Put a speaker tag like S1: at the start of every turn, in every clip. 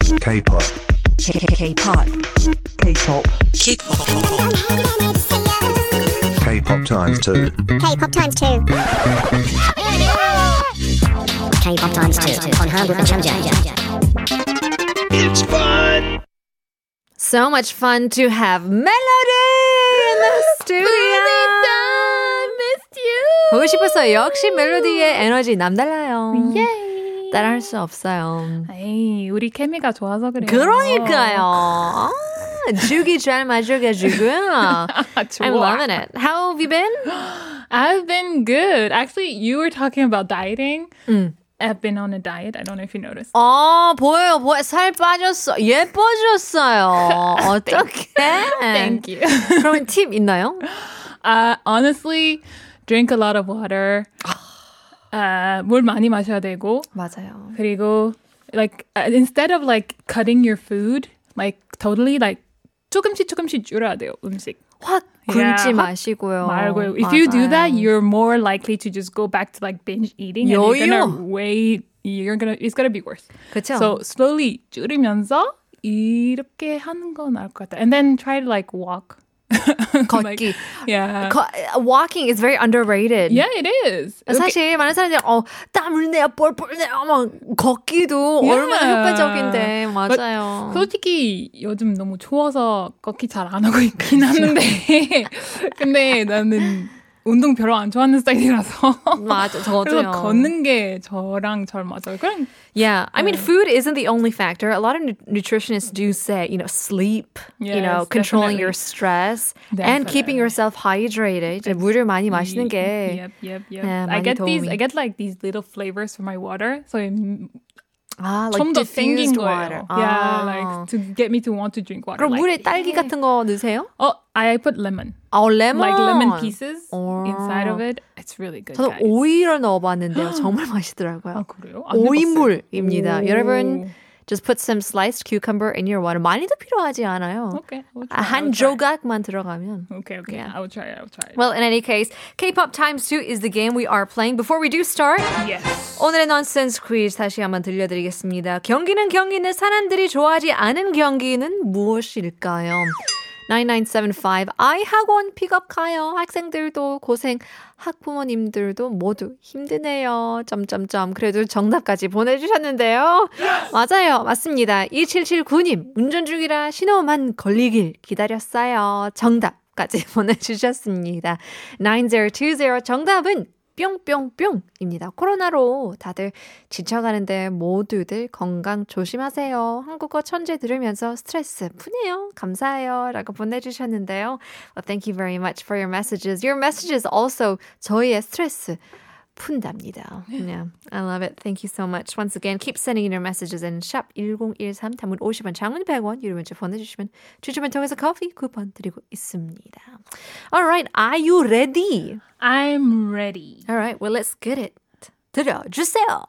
S1: K-pop,
S2: K-pop.
S3: K-pop,
S1: K-pop times two.
S4: K-pop times two. K-pop times two on Hamburg and Changjiang.
S2: So much fun to have Melody in the studio.
S5: missed you.
S2: 보고 싶었어요. 역시 멜로디의 에너지 남달라요. 따라할 수 없어요.
S5: 에이, 우리 케미가 좋아서 그래요.
S2: 그러니까요. 아, 죽이 잘 맞춰가지고.
S5: 아,
S2: I'm
S5: 좋아.
S2: loving it. How have you been?
S5: I've been good. Actually, you were talking about dieting.
S2: 음.
S5: I've been on a diet. I don't know if you noticed.
S2: 어, 보여요, 보여. 살 빠졌어. 예뻐졌어요. 어떡해.
S5: Thank you.
S2: 그럼 팁 있나요?
S5: uh, honestly, drink a lot of water. Uh, 물 많이 마셔야 되고.
S2: 맞아요.
S5: 그리고 like uh, instead of like cutting your food, like totally like 조금씩 조금씩 줄여야 돼요 음식.
S2: 확
S5: Yeah,
S2: 굶지
S5: 확
S2: 마시고요.
S5: 말고 if you do that,
S2: 맞아요.
S5: you're more likely to just go back to like binge eating. And you're
S2: 여유.
S5: gonna way you're gonna it's gonna be worse.
S2: 그쵸?
S5: So slowly 줄이면서 이렇게 하는 건 나을 것 같아. And then try to like walk.
S2: 걷기.
S5: like, yeah.
S2: 거- uh, walking is very underrated.
S5: Uh. yeah, it is.
S2: 사실 많은 사람들이 어, 땀 흘내야 뻘뻘 내야 막 걷기도
S5: Yeah.
S2: 얼마나 효과적인데 맞아요.
S5: 예. 솔직히 요즘 너무 추워서 걷기 잘 안 하고 있긴
S2: 그렇죠.
S5: 하는데 근데 나는 운동 별로 안 좋아하는 스타일이라서
S2: 맞아,
S5: 그래서
S2: 저도요.
S5: 걷는 게 저랑 잘 맞아요. 그냥
S2: Yeah, I
S5: uh.
S2: mean, food isn't the only factor. A lot of nu- nutritionists do say, you know, sleep, you know,
S5: Yes,
S2: controlling
S5: definitely.
S2: your stress, and keeping
S5: Definitely.
S2: yourself hydrated. 물을 많이 마시는 게
S5: Yep, yep, yep.
S2: 네,
S5: I
S2: 많이
S5: get these,
S2: 도움이.
S5: I get like these little flavors for my water. So I'm
S2: 아, like
S5: 좀더
S2: diffused
S5: 땡긴
S2: water.
S5: 거예요. Yeah,
S2: 아.
S5: like to get me to want to drink water.
S2: 그럼
S5: like,
S2: 물에 딸기 같은 거 넣으세요?
S5: oh, I put lemon,
S2: 아, 레몬.
S5: like lemon pieces
S2: 어.
S5: inside of it. It's really good.
S2: 저도
S5: guys.
S2: 오이를 넣어봤는데요. 정말
S5: 아
S2: 맛있더라고요.
S5: 그래요? 안 해봤어요.
S2: 오이물입니다.
S5: 오.
S2: 여러분, just put some sliced cucumber in your water. 많이도 필요하지 않아요.
S5: Okay. I will
S2: 아,
S5: try, I
S2: 한
S5: will try.
S2: 조각만 들어가면.
S5: Okay, okay.
S2: Yeah.
S5: I will try. I will try.
S2: Well, in any case, K-pop times 2 is the game we are playing. Before we do start,
S5: yes.
S2: 오늘의 nonsense quiz 다시 한번 들려드리겠습니다. 경기는 경기인데 사람들이 좋아하지 않은 경기는 무엇일까요? 9975 아이 학원 픽업 가요. 학생들도 고생, 학부모님들도 모두 힘드네요. 점점점. 그래도 정답까지 보내주셨는데요. 맞아요. 맞습니다. 2779님 운전 중이라 신호만 걸리길 기다렸어요. 정답까지 보내주셨습니다. 9020 정답은 뿅뿅뿅입니다. 코로나로 다들 지쳐가는데 모두들 건강 조심하세요. 한국어 천재 들으면서 스트레스 푸네요. 감사해요. 라고 보내주셨는데요. Well, thank you very much for your messages. Your messages also 저희의 스트레스 푼답니다. Yeah, I love it. Thank you so much. Once again, keep sending in your messages and 샵 1013 담은 50원, 장문 100원 유료 문자 보내주시면 추첨을 통해서 커피 쿠폰 드리고 있습니다. Alright, are you ready?
S5: I'm ready.
S2: Alright, well let's get it. 들려주세요.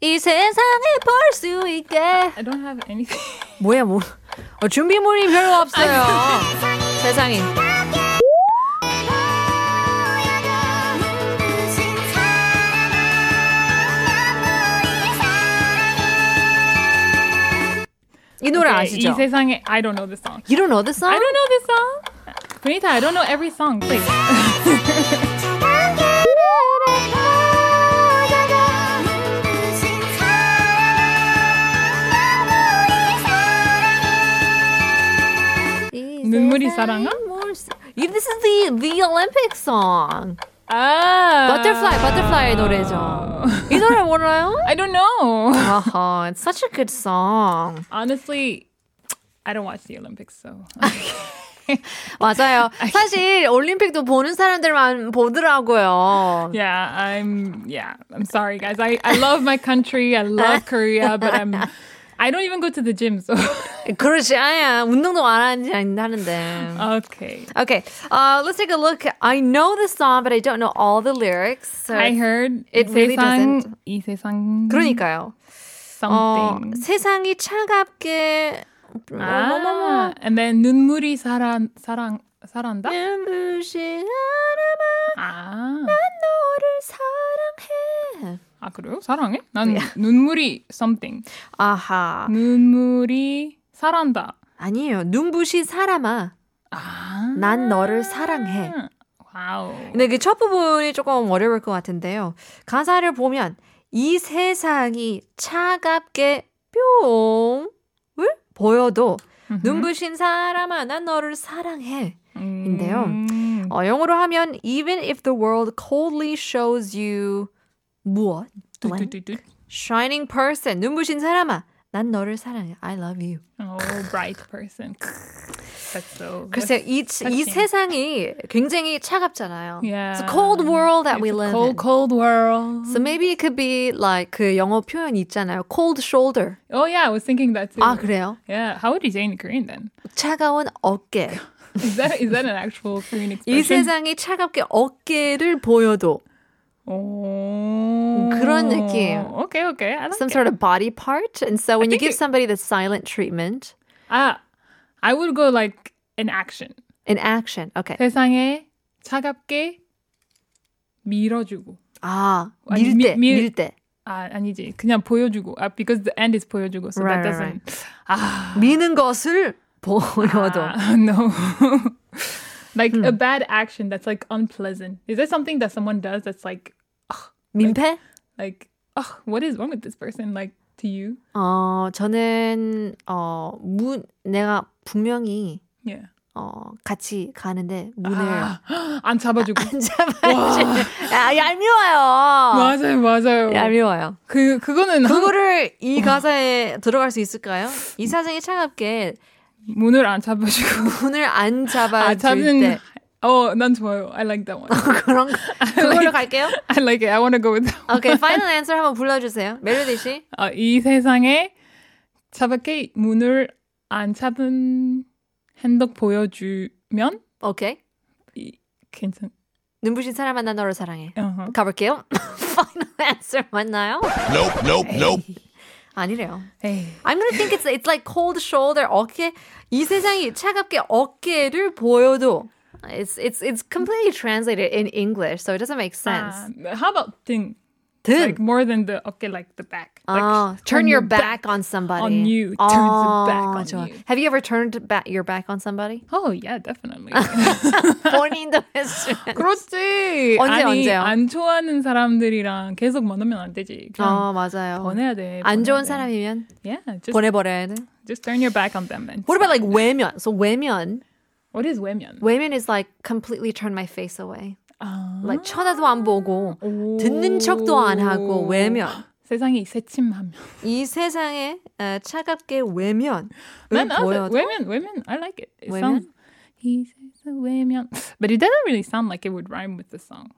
S2: 이 세상에 볼 수 있게
S5: I don't have anything.
S2: 뭐야 뭐 어, 준비물이 별로 없어요 세상에 이 노래
S5: Okay,
S2: 아시죠?
S5: 이 세상에 I don't know this song.
S2: You don't know the song?
S5: I don't know this song. Benita, I don't know every song. Please.
S2: 이
S5: 눈물이
S2: 세상에
S5: 사랑아?
S2: 볼 수- 이- This is the the Olympic song.
S5: Ah.
S2: Butterfly, Butterfly의 노래죠. 이 노래 몰라요?
S5: I don't know.
S2: 아하, it's such a good song.
S5: Honestly, I don't watch the Olympics, so
S2: Uh-huh. 맞아요. 사실 올림픽도 보는 사람들만 보더라고요.
S5: yeah, I'm yeah. I'm sorry, guys. I I love my country. I love Korea, but I'm. I don't even go to the gym, so
S2: 그렇지, 아야 운동도 안 하는지 안 하는데.
S5: okay.
S2: Okay, uh, let's take a look. I know the song, but I don't know all the lyrics. So
S5: I heard
S2: It
S5: 이
S2: really
S5: 세상-
S2: doesn't.
S5: 이 세상
S2: 그러니까요. 어,
S5: something.
S2: 세상이 차갑게
S5: 아, Ah, and then 눈물이 사랑 사랑 사랑다.
S2: 눈부신 아람아
S5: 아,
S2: 너를 사랑해.
S5: 아 그래요? 사랑해? 난 눈물이 something.
S2: 아하.
S5: 눈물이 사랑다.
S2: 아니에요. 눈부신 사람아.
S5: 아,
S2: 난 너를 사랑해.
S5: 와우.
S2: 근데 그 첫 부분이 조금 어려울 것 같은데요. 가사를 보면 이 세상이 차갑게 뿅을 보여도
S5: 음흠.
S2: 눈부신 사람아 난 너를 사랑해.
S5: 음.
S2: 인데요. 어, 영어로 하면 even if the world coldly shows you 무엇? blank,
S5: 뚜뚜뚜뚜.
S2: shining person 눈부신 사람아 난 너를 사랑해. I love you.
S5: Oh, bright person. That's so.
S2: 글쎄 이, 치- 이
S5: touching.
S2: 세상이 굉장히 차갑잖아요.
S5: Yeah.
S2: It's a cold world that we
S5: It's
S2: live
S5: a
S2: in.
S5: cold, cold world.
S2: So maybe it could be like 그 영어 표현 있잖아요. cold shoulder.
S5: Oh yeah, I was thinking that too.
S2: 아 Ah, 그래요?
S5: Yeah. How would you say in Korean then?
S2: 차가운 어깨.
S5: Is that is that an actual Korean expression?
S2: 이 세상이 차갑게 어깨를 보여도
S5: Oh.
S2: 그런 느낌.
S5: Okay, okay. I like
S2: some
S5: it.
S2: sort of body part. And so when you give
S5: think it-
S2: somebody the silent treatment
S5: Ah, I would go like an action.
S2: in action. Okay.
S5: 네. 세상에 차갑게 밀어주고.
S2: 아,
S5: 아니,
S2: 밀 때,
S5: 밀-
S2: 밀 때.
S5: 아 아니지 그냥 보여주고. 아 because the end is 보여주고. So
S2: Right,
S5: that
S2: right,
S5: doesn't. 아.
S2: 미는 것을 보여도. Hmm.
S5: Ah, no. like a bad action that's like unpleasant. Is there something that someone does that's like
S2: 민폐?
S5: like oh what is wrong with this person like to you?
S2: 어, 저는 어, 문 내가 분명히
S5: Yeah.
S2: 어, 같이 가는데 문을
S5: 아, 안 잡아주고.
S2: 안 잡아야지. 아, 얄미워요.
S5: 맞아요, 맞아요.
S2: 얄미워요.
S5: 그 그거는 한-
S2: 그거를 이 가사에 들어갈 수 있을까요? 이 사생이 차갑게
S5: 문을 안 잡아주고
S2: 문을 안
S5: 아
S2: 잡아줄
S5: 잡는
S2: 때
S5: 어, 난 좋아요. I like that one.
S2: 그런 거-
S5: 아,
S2: 그걸로 갈게요.
S5: I like it. I want to go with that. one.
S2: 오케이, 파이널 앤서 한번 불러주세요. 멜로디 씨.
S5: 아, 이 세상에 차갑게 문을 안 잡은 행동 보여주면
S2: 오케이.
S5: 이, 괜찮.
S2: 눈부신 사람 만나 너를 사랑해.
S5: 어허.
S2: 가볼게요. 파이널 앤서 맞나요?
S1: Nope, nope, nope.
S2: 아니래요.
S5: 에이.
S2: I'm gonna think it's it's like cold shoulder 어깨 이 세상이 차갑게 어깨를 보여도 it's it's it's completely translated in English so it doesn't make sense.
S5: Ah, how about thing?
S2: 등
S5: Like more than the okay, like the back. Like
S2: 아, turn your back on somebody.
S5: on you. Turns your back
S2: 아,
S5: on
S2: 좋아.
S5: you.
S2: Have you ever turned back your back on somebody?
S5: Oh yeah, definitely.
S2: 본인도 했으면.
S5: 그렇지.
S2: 언제,
S5: 아니,
S2: 언제요?
S5: 안 좋아하는 사람들이랑 계속 만나면 안 되지. 그냥
S2: 아 맞아요.
S5: 보내야 돼.
S2: 안 좋은
S5: 보내야 돼.
S2: 사람이면
S5: Yeah, just
S2: 보내버려야 돼.
S5: just turn your back on them and.
S2: What about like 외면? So 외면,
S5: What is women?
S2: 외면 is like completely turn my face away.
S5: 아.
S2: Like 쳐다도 안 보고 듣는 척도 안 하고 외면.
S5: 세상이 새침하면.
S2: 이 세상에 어, 차갑게 외면을
S5: Then other,
S2: 보여도
S5: women, women, I like it. It
S2: 외면?
S5: sounds. He says women, but it doesn't really sound like it would rhyme with the song.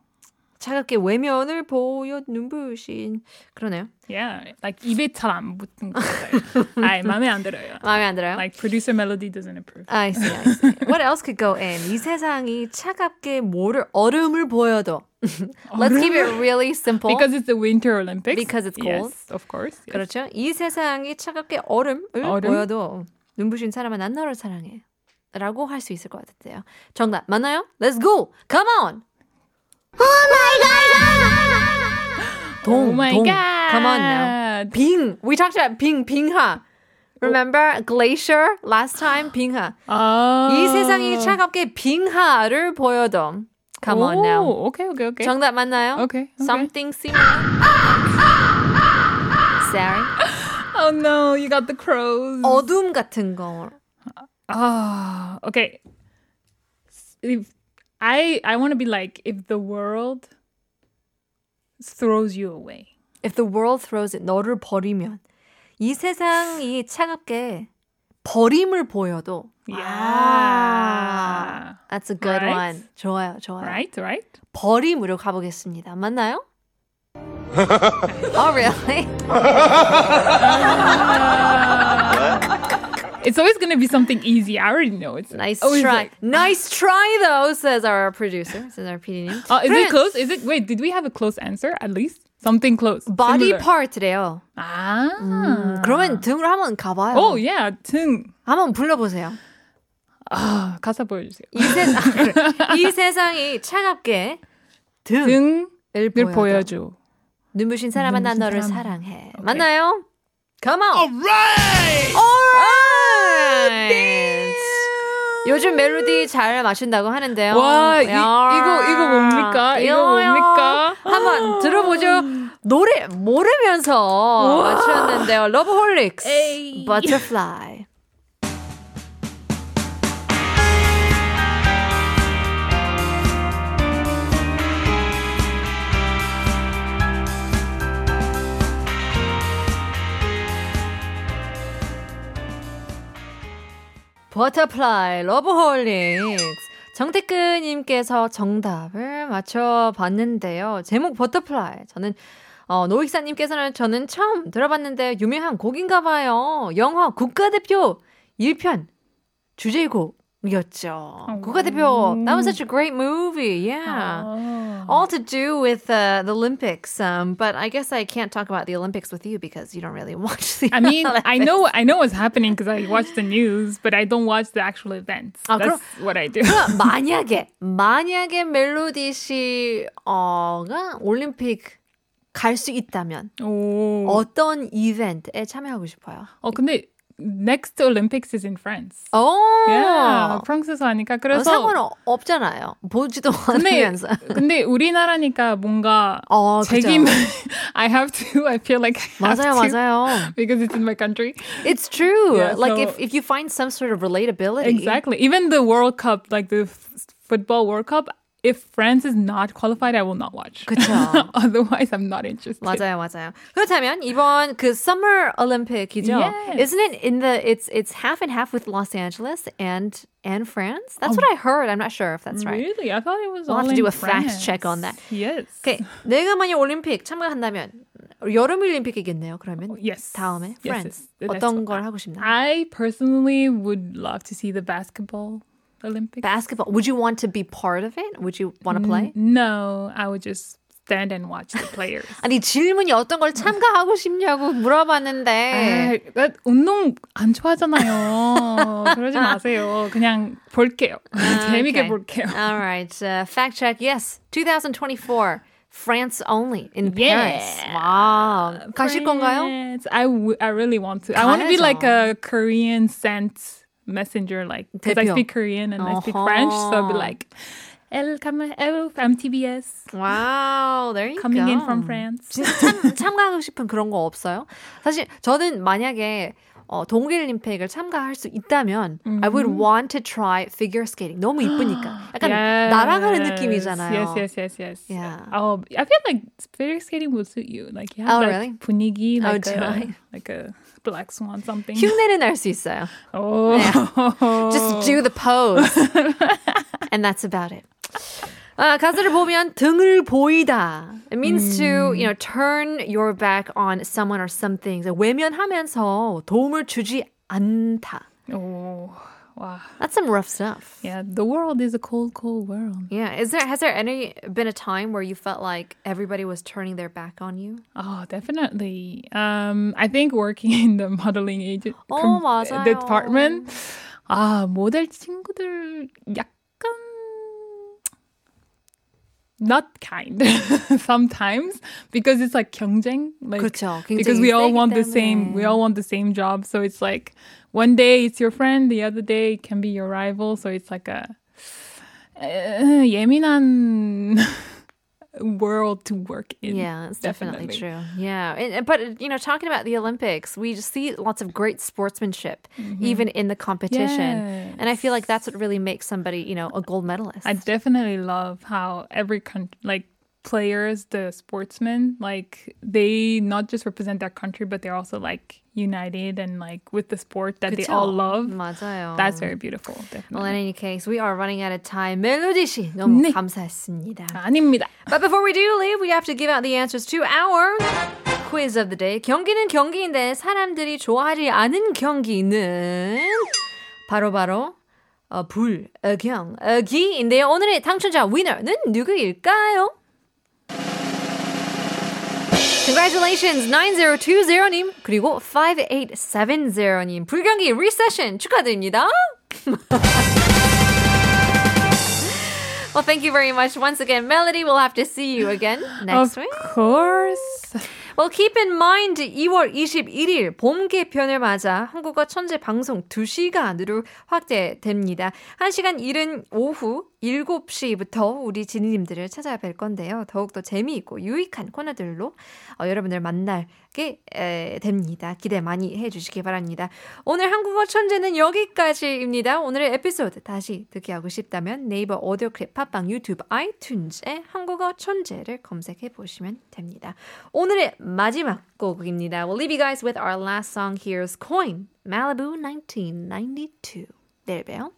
S2: 차갑게 외면을 보여 눈부신 그러네요.
S5: Yeah, like 입에 잘안 붙은 거 같아요. 아이 마음에 안 들어요.
S2: 마음에 안 들어요?
S5: Like producer Melody doesn't approve.
S2: I see, I see. What else could go in? 이 세상이 차갑게 뭐를 얼음을 보여도 Let's keep it really simple.
S5: Because it's the Winter Olympics.
S2: Because it's cold.
S5: Yes, of course. yes.
S2: 그렇죠? 이 세상이 차갑게 얼음을
S5: 얼음?
S2: 보여도 눈부신 사람은 난 너를 사랑해. 라고 할 수 있을 것 같은데요. 정답 맞나요? Let's go! Come on!
S5: Oh
S2: 동,
S5: my
S2: 동.
S5: god.
S2: Come on now. 빙. We talked about 빙, 빙하. Remember glacier last time? 빙하.
S5: 아.
S2: 이 세상이 차갑게 빙하를 보여도. Come on
S5: 오,
S2: now.
S5: Oh, Okay, okay, okay.
S2: 정답 맞나요?
S5: Okay, okay.
S2: Something similar. Sorry.
S5: Oh no, you got the crows.
S2: 어둠 같은 거.
S5: Ah, okay. If I I want to be like if the world throws you away.
S2: If the world throws it, 너를 버리면 이 세상이 차갑게 버림을 보여도. 아, Ah.
S5: Yeah.
S2: That's a good
S5: Right?
S2: one. 좋아요, 좋아요.
S5: Right, right.
S2: 버림으로 가보겠습니다. 맞나요? oh really?
S5: It's always gonna be something easy. I already know it's
S2: Nice
S5: always
S2: try.
S5: like-
S2: nice try though, says our producer, says our PD님.
S5: oh, 아, Uh, is it close? Is it wait? Did we have a close answer at least? Something close.
S2: body
S5: similar.
S2: part래요. Mm.
S5: 아. 어,
S2: 음, 그러면 등으로 한번 가봐요.
S5: 오, Oh, yeah, 등.
S2: 한번 불러보세요.
S5: 아, 가사 보여주세요.
S2: 이, 세상, 이 세상이 차갑게 등을
S5: 등을
S2: 보여줘.
S5: 보여줘.
S2: 눈부신 사람아 나
S5: 눈부신
S2: 너를
S5: 사람아.
S2: 사랑해.
S5: 오케이.
S2: 맞나요? Come on. Alright. 요즘 멜로디 잘 맞춘다고 하는데요.
S5: 와, 이,
S2: 야.
S5: 이거 이거 뭡니까? 이거
S2: 이거요.
S5: 뭡니까?
S2: 한번 들어보죠. 노래 모르면서 맞추었는데요. 러브홀릭스, Butterfly. 버터플라이 러브홀릭스 정태근님께서 정답을 맞춰봤는데요. 제목 버터플라이 저는 어, 노익사님께서는 저는 처음 들어봤는데 유명한 곡인가 봐요. 영화 국가대표 1편 주제곡이었죠.
S5: 어.
S2: 국가대표 That was such a great movie. Yeah.
S5: 아. Ah.
S2: all to do with uh, the Olympics. Um, but I guess I can't talk about the Olympics with you because you don't really watch the.
S5: I mean, I
S2: Olympics.
S5: know I know what's happening because I watch the news, but I don't watch the actual events.
S2: 아,
S5: That's what I do.
S2: 그럼 만약에 만약에 멜로디 씨가 올림픽 갈 수 있다면
S5: 오. 어,
S2: 어떤 이벤트에 참여하고 싶어요?
S5: Oh, 근데 next Olympics is in France.
S2: 오,
S5: Yeah, 프랑스에서 하니까
S2: Oh. 어,
S5: 어. 그래서
S2: 상관 없잖아요. 보지도
S5: 근데
S2: 않으면서.
S5: 근데 우리나라니까 뭔가
S2: 어, 그죠.
S5: 책임 I have to I feel like I have
S2: 맞아요,
S5: to
S2: 맞아요.
S5: because it's in my country.
S2: It's true.
S5: Yeah,
S2: like
S5: so-
S2: if if you find some sort of relatability.
S5: Exactly. Even the World Cup, like the f- football World Cup, if France is not qualified, I will not watch.
S2: 그쵸.
S5: Otherwise, I'm not interested.
S2: 맞아요, 맞아요. 그렇다면 이번 그 Summer Olympics이죠.
S5: Yes.
S2: Isn't it in the it's it's half and half with Los Angeles and and France? That's what I heard. I'm not sure if that's right.
S5: Um, Really? I thought it was
S2: We'll
S5: all
S2: have to
S5: in
S2: do a
S5: France.
S2: fact check on that.
S5: Yes.
S2: Okay. 내가 만약 올림픽 참가한다면 여름 올림픽이겠네요. 그러면
S5: Oh, Yes.
S2: 다음에
S5: Yes,
S2: France
S5: yes. 아. That's
S2: 어떤 걸
S5: what-
S2: 하고 싶나?
S5: I personally would love to see the basketball Olympics.
S2: Basketball. Would you want to be part of it? Would you want
S5: 음.
S2: to play?
S5: no, I would just stand and watch the players.
S2: 아니 질문이 어떤 걸 참가하고 싶냐고 물어봤는데
S5: 아, 나 운동 안 좋아하잖아요. 그러지 마세요. 그냥 볼게요. 재미있게
S2: okay.
S5: 볼게요.
S2: All right. Uh, fact check. Yes. 2024. France only in Paris.
S5: Yeah.
S2: Wow. 가실 건가요?
S5: France. I, w- I really want to. I want to be
S2: 가야죠.
S5: like a Korean sent messenger, like because I
S2: 대표.
S5: speak Korean and I speak French, so I'll be
S2: 어허.
S5: like, El Kama El from TBS
S2: Wow. There you
S5: coming
S2: go.
S5: in from France.
S2: 진짜 참, 참가하고 싶은 그런 거 없어요? 사실 저는 만약에 어, 동계올림픽을 참가할 수 있다면 I would
S5: 음.
S2: want to try figure skating. 너무 이쁘니까. 약간 날아가는
S5: Yes.
S2: 느낌이잖아요.
S5: Yes, yes, yes, yes.
S2: Yeah.
S5: Oh, I feel like figure skating would suit you. Like you have
S2: Oh,
S5: like
S2: really?
S5: 분위기,
S2: Oh,
S5: like
S2: do
S5: a
S2: I?
S5: like a black swan something.
S2: 흉내를 낼 수 있어요.
S5: oh,
S2: Just do the pose. and that's about it. 아, 가사를 보면 등을 보이다. It means to, you know, turn your back on someone or something. 외면하면서 도움을 주지 않다.
S5: oh, wow.
S2: That's some rough stuff.
S5: Yeah, the world is a cold, cold world.
S2: Yeah. Is there has there any been a time where you felt like everybody was turning their back on you?
S5: Oh, definitely. Um, I think working in the modeling agent uh,
S2: 어, 맞아요.
S5: department, 아 모델 친구들 약간 not kind sometimes because it's like 경쟁, like
S2: 그렇죠. 경쟁이
S5: because we all
S2: 세기
S5: want the same, we
S2: 때문에.
S5: all want the same job. So it's like one day it's your friend, the other day it can be your rival. So it's like a uh, 예민한 world to work in.
S2: Yeah, it's definitely, true. Yeah, and, and- but you know, talking about the Olympics, we just see lots of great sportsmanship, even in the competition. And I feel like that's what really makes somebody, you know, a gold medalist.
S5: I definitely love how every country, like players, the sportsmen, like they not just represent their country, but they're also like united and like with the sport that they all
S2: 그쵸?
S5: love.
S2: 맞아요.
S5: That's very beautiful. Definitely.
S2: Well, in any case, we are running out of time. 멜로디 씨, 너무
S5: 네.
S2: 감사했습니다.
S5: 아닙니다.
S2: But before we do leave, we have to give out the answers to our quiz of the day. 경기는 경기인데 사람들이 좋아하지 않은 경기는 바로바로 어, 불경기인데요. 오늘의 당첨자 위너는 누구일까요? Congratulations 9020님 그리고 5870님 불경기 리세션 축하드립니다. well, thank you very much once again, Melody. We'll have to see you again next
S5: of
S2: week.
S5: course.
S2: Well, keep in mind 2월 21일 봄 개편을 맞아 한국어 천재 방송 2시간으로 확대됩니다. 1시간 이른 오후 7시부터 우리 지니님들을 찾아뵐 건데요. 더욱더 재미있고 유익한 코너들로 어, 여러분을 만나게 에, 됩니다. 기대 많이 해주시기 바랍니다. 오늘 한국어 천재는 여기까지입니다. 오늘의 에피소드 다시 듣기 하고 싶다면 네이버 오디오 클립, 팟빵, 유튜브, 아이튠즈에 한국어 천재를 검색해 보시면 됩니다. 오늘의 마지막 곡입니다. We'll leave you guys with our last song. Here's Coin, Malibu 1992. 내일 봬요.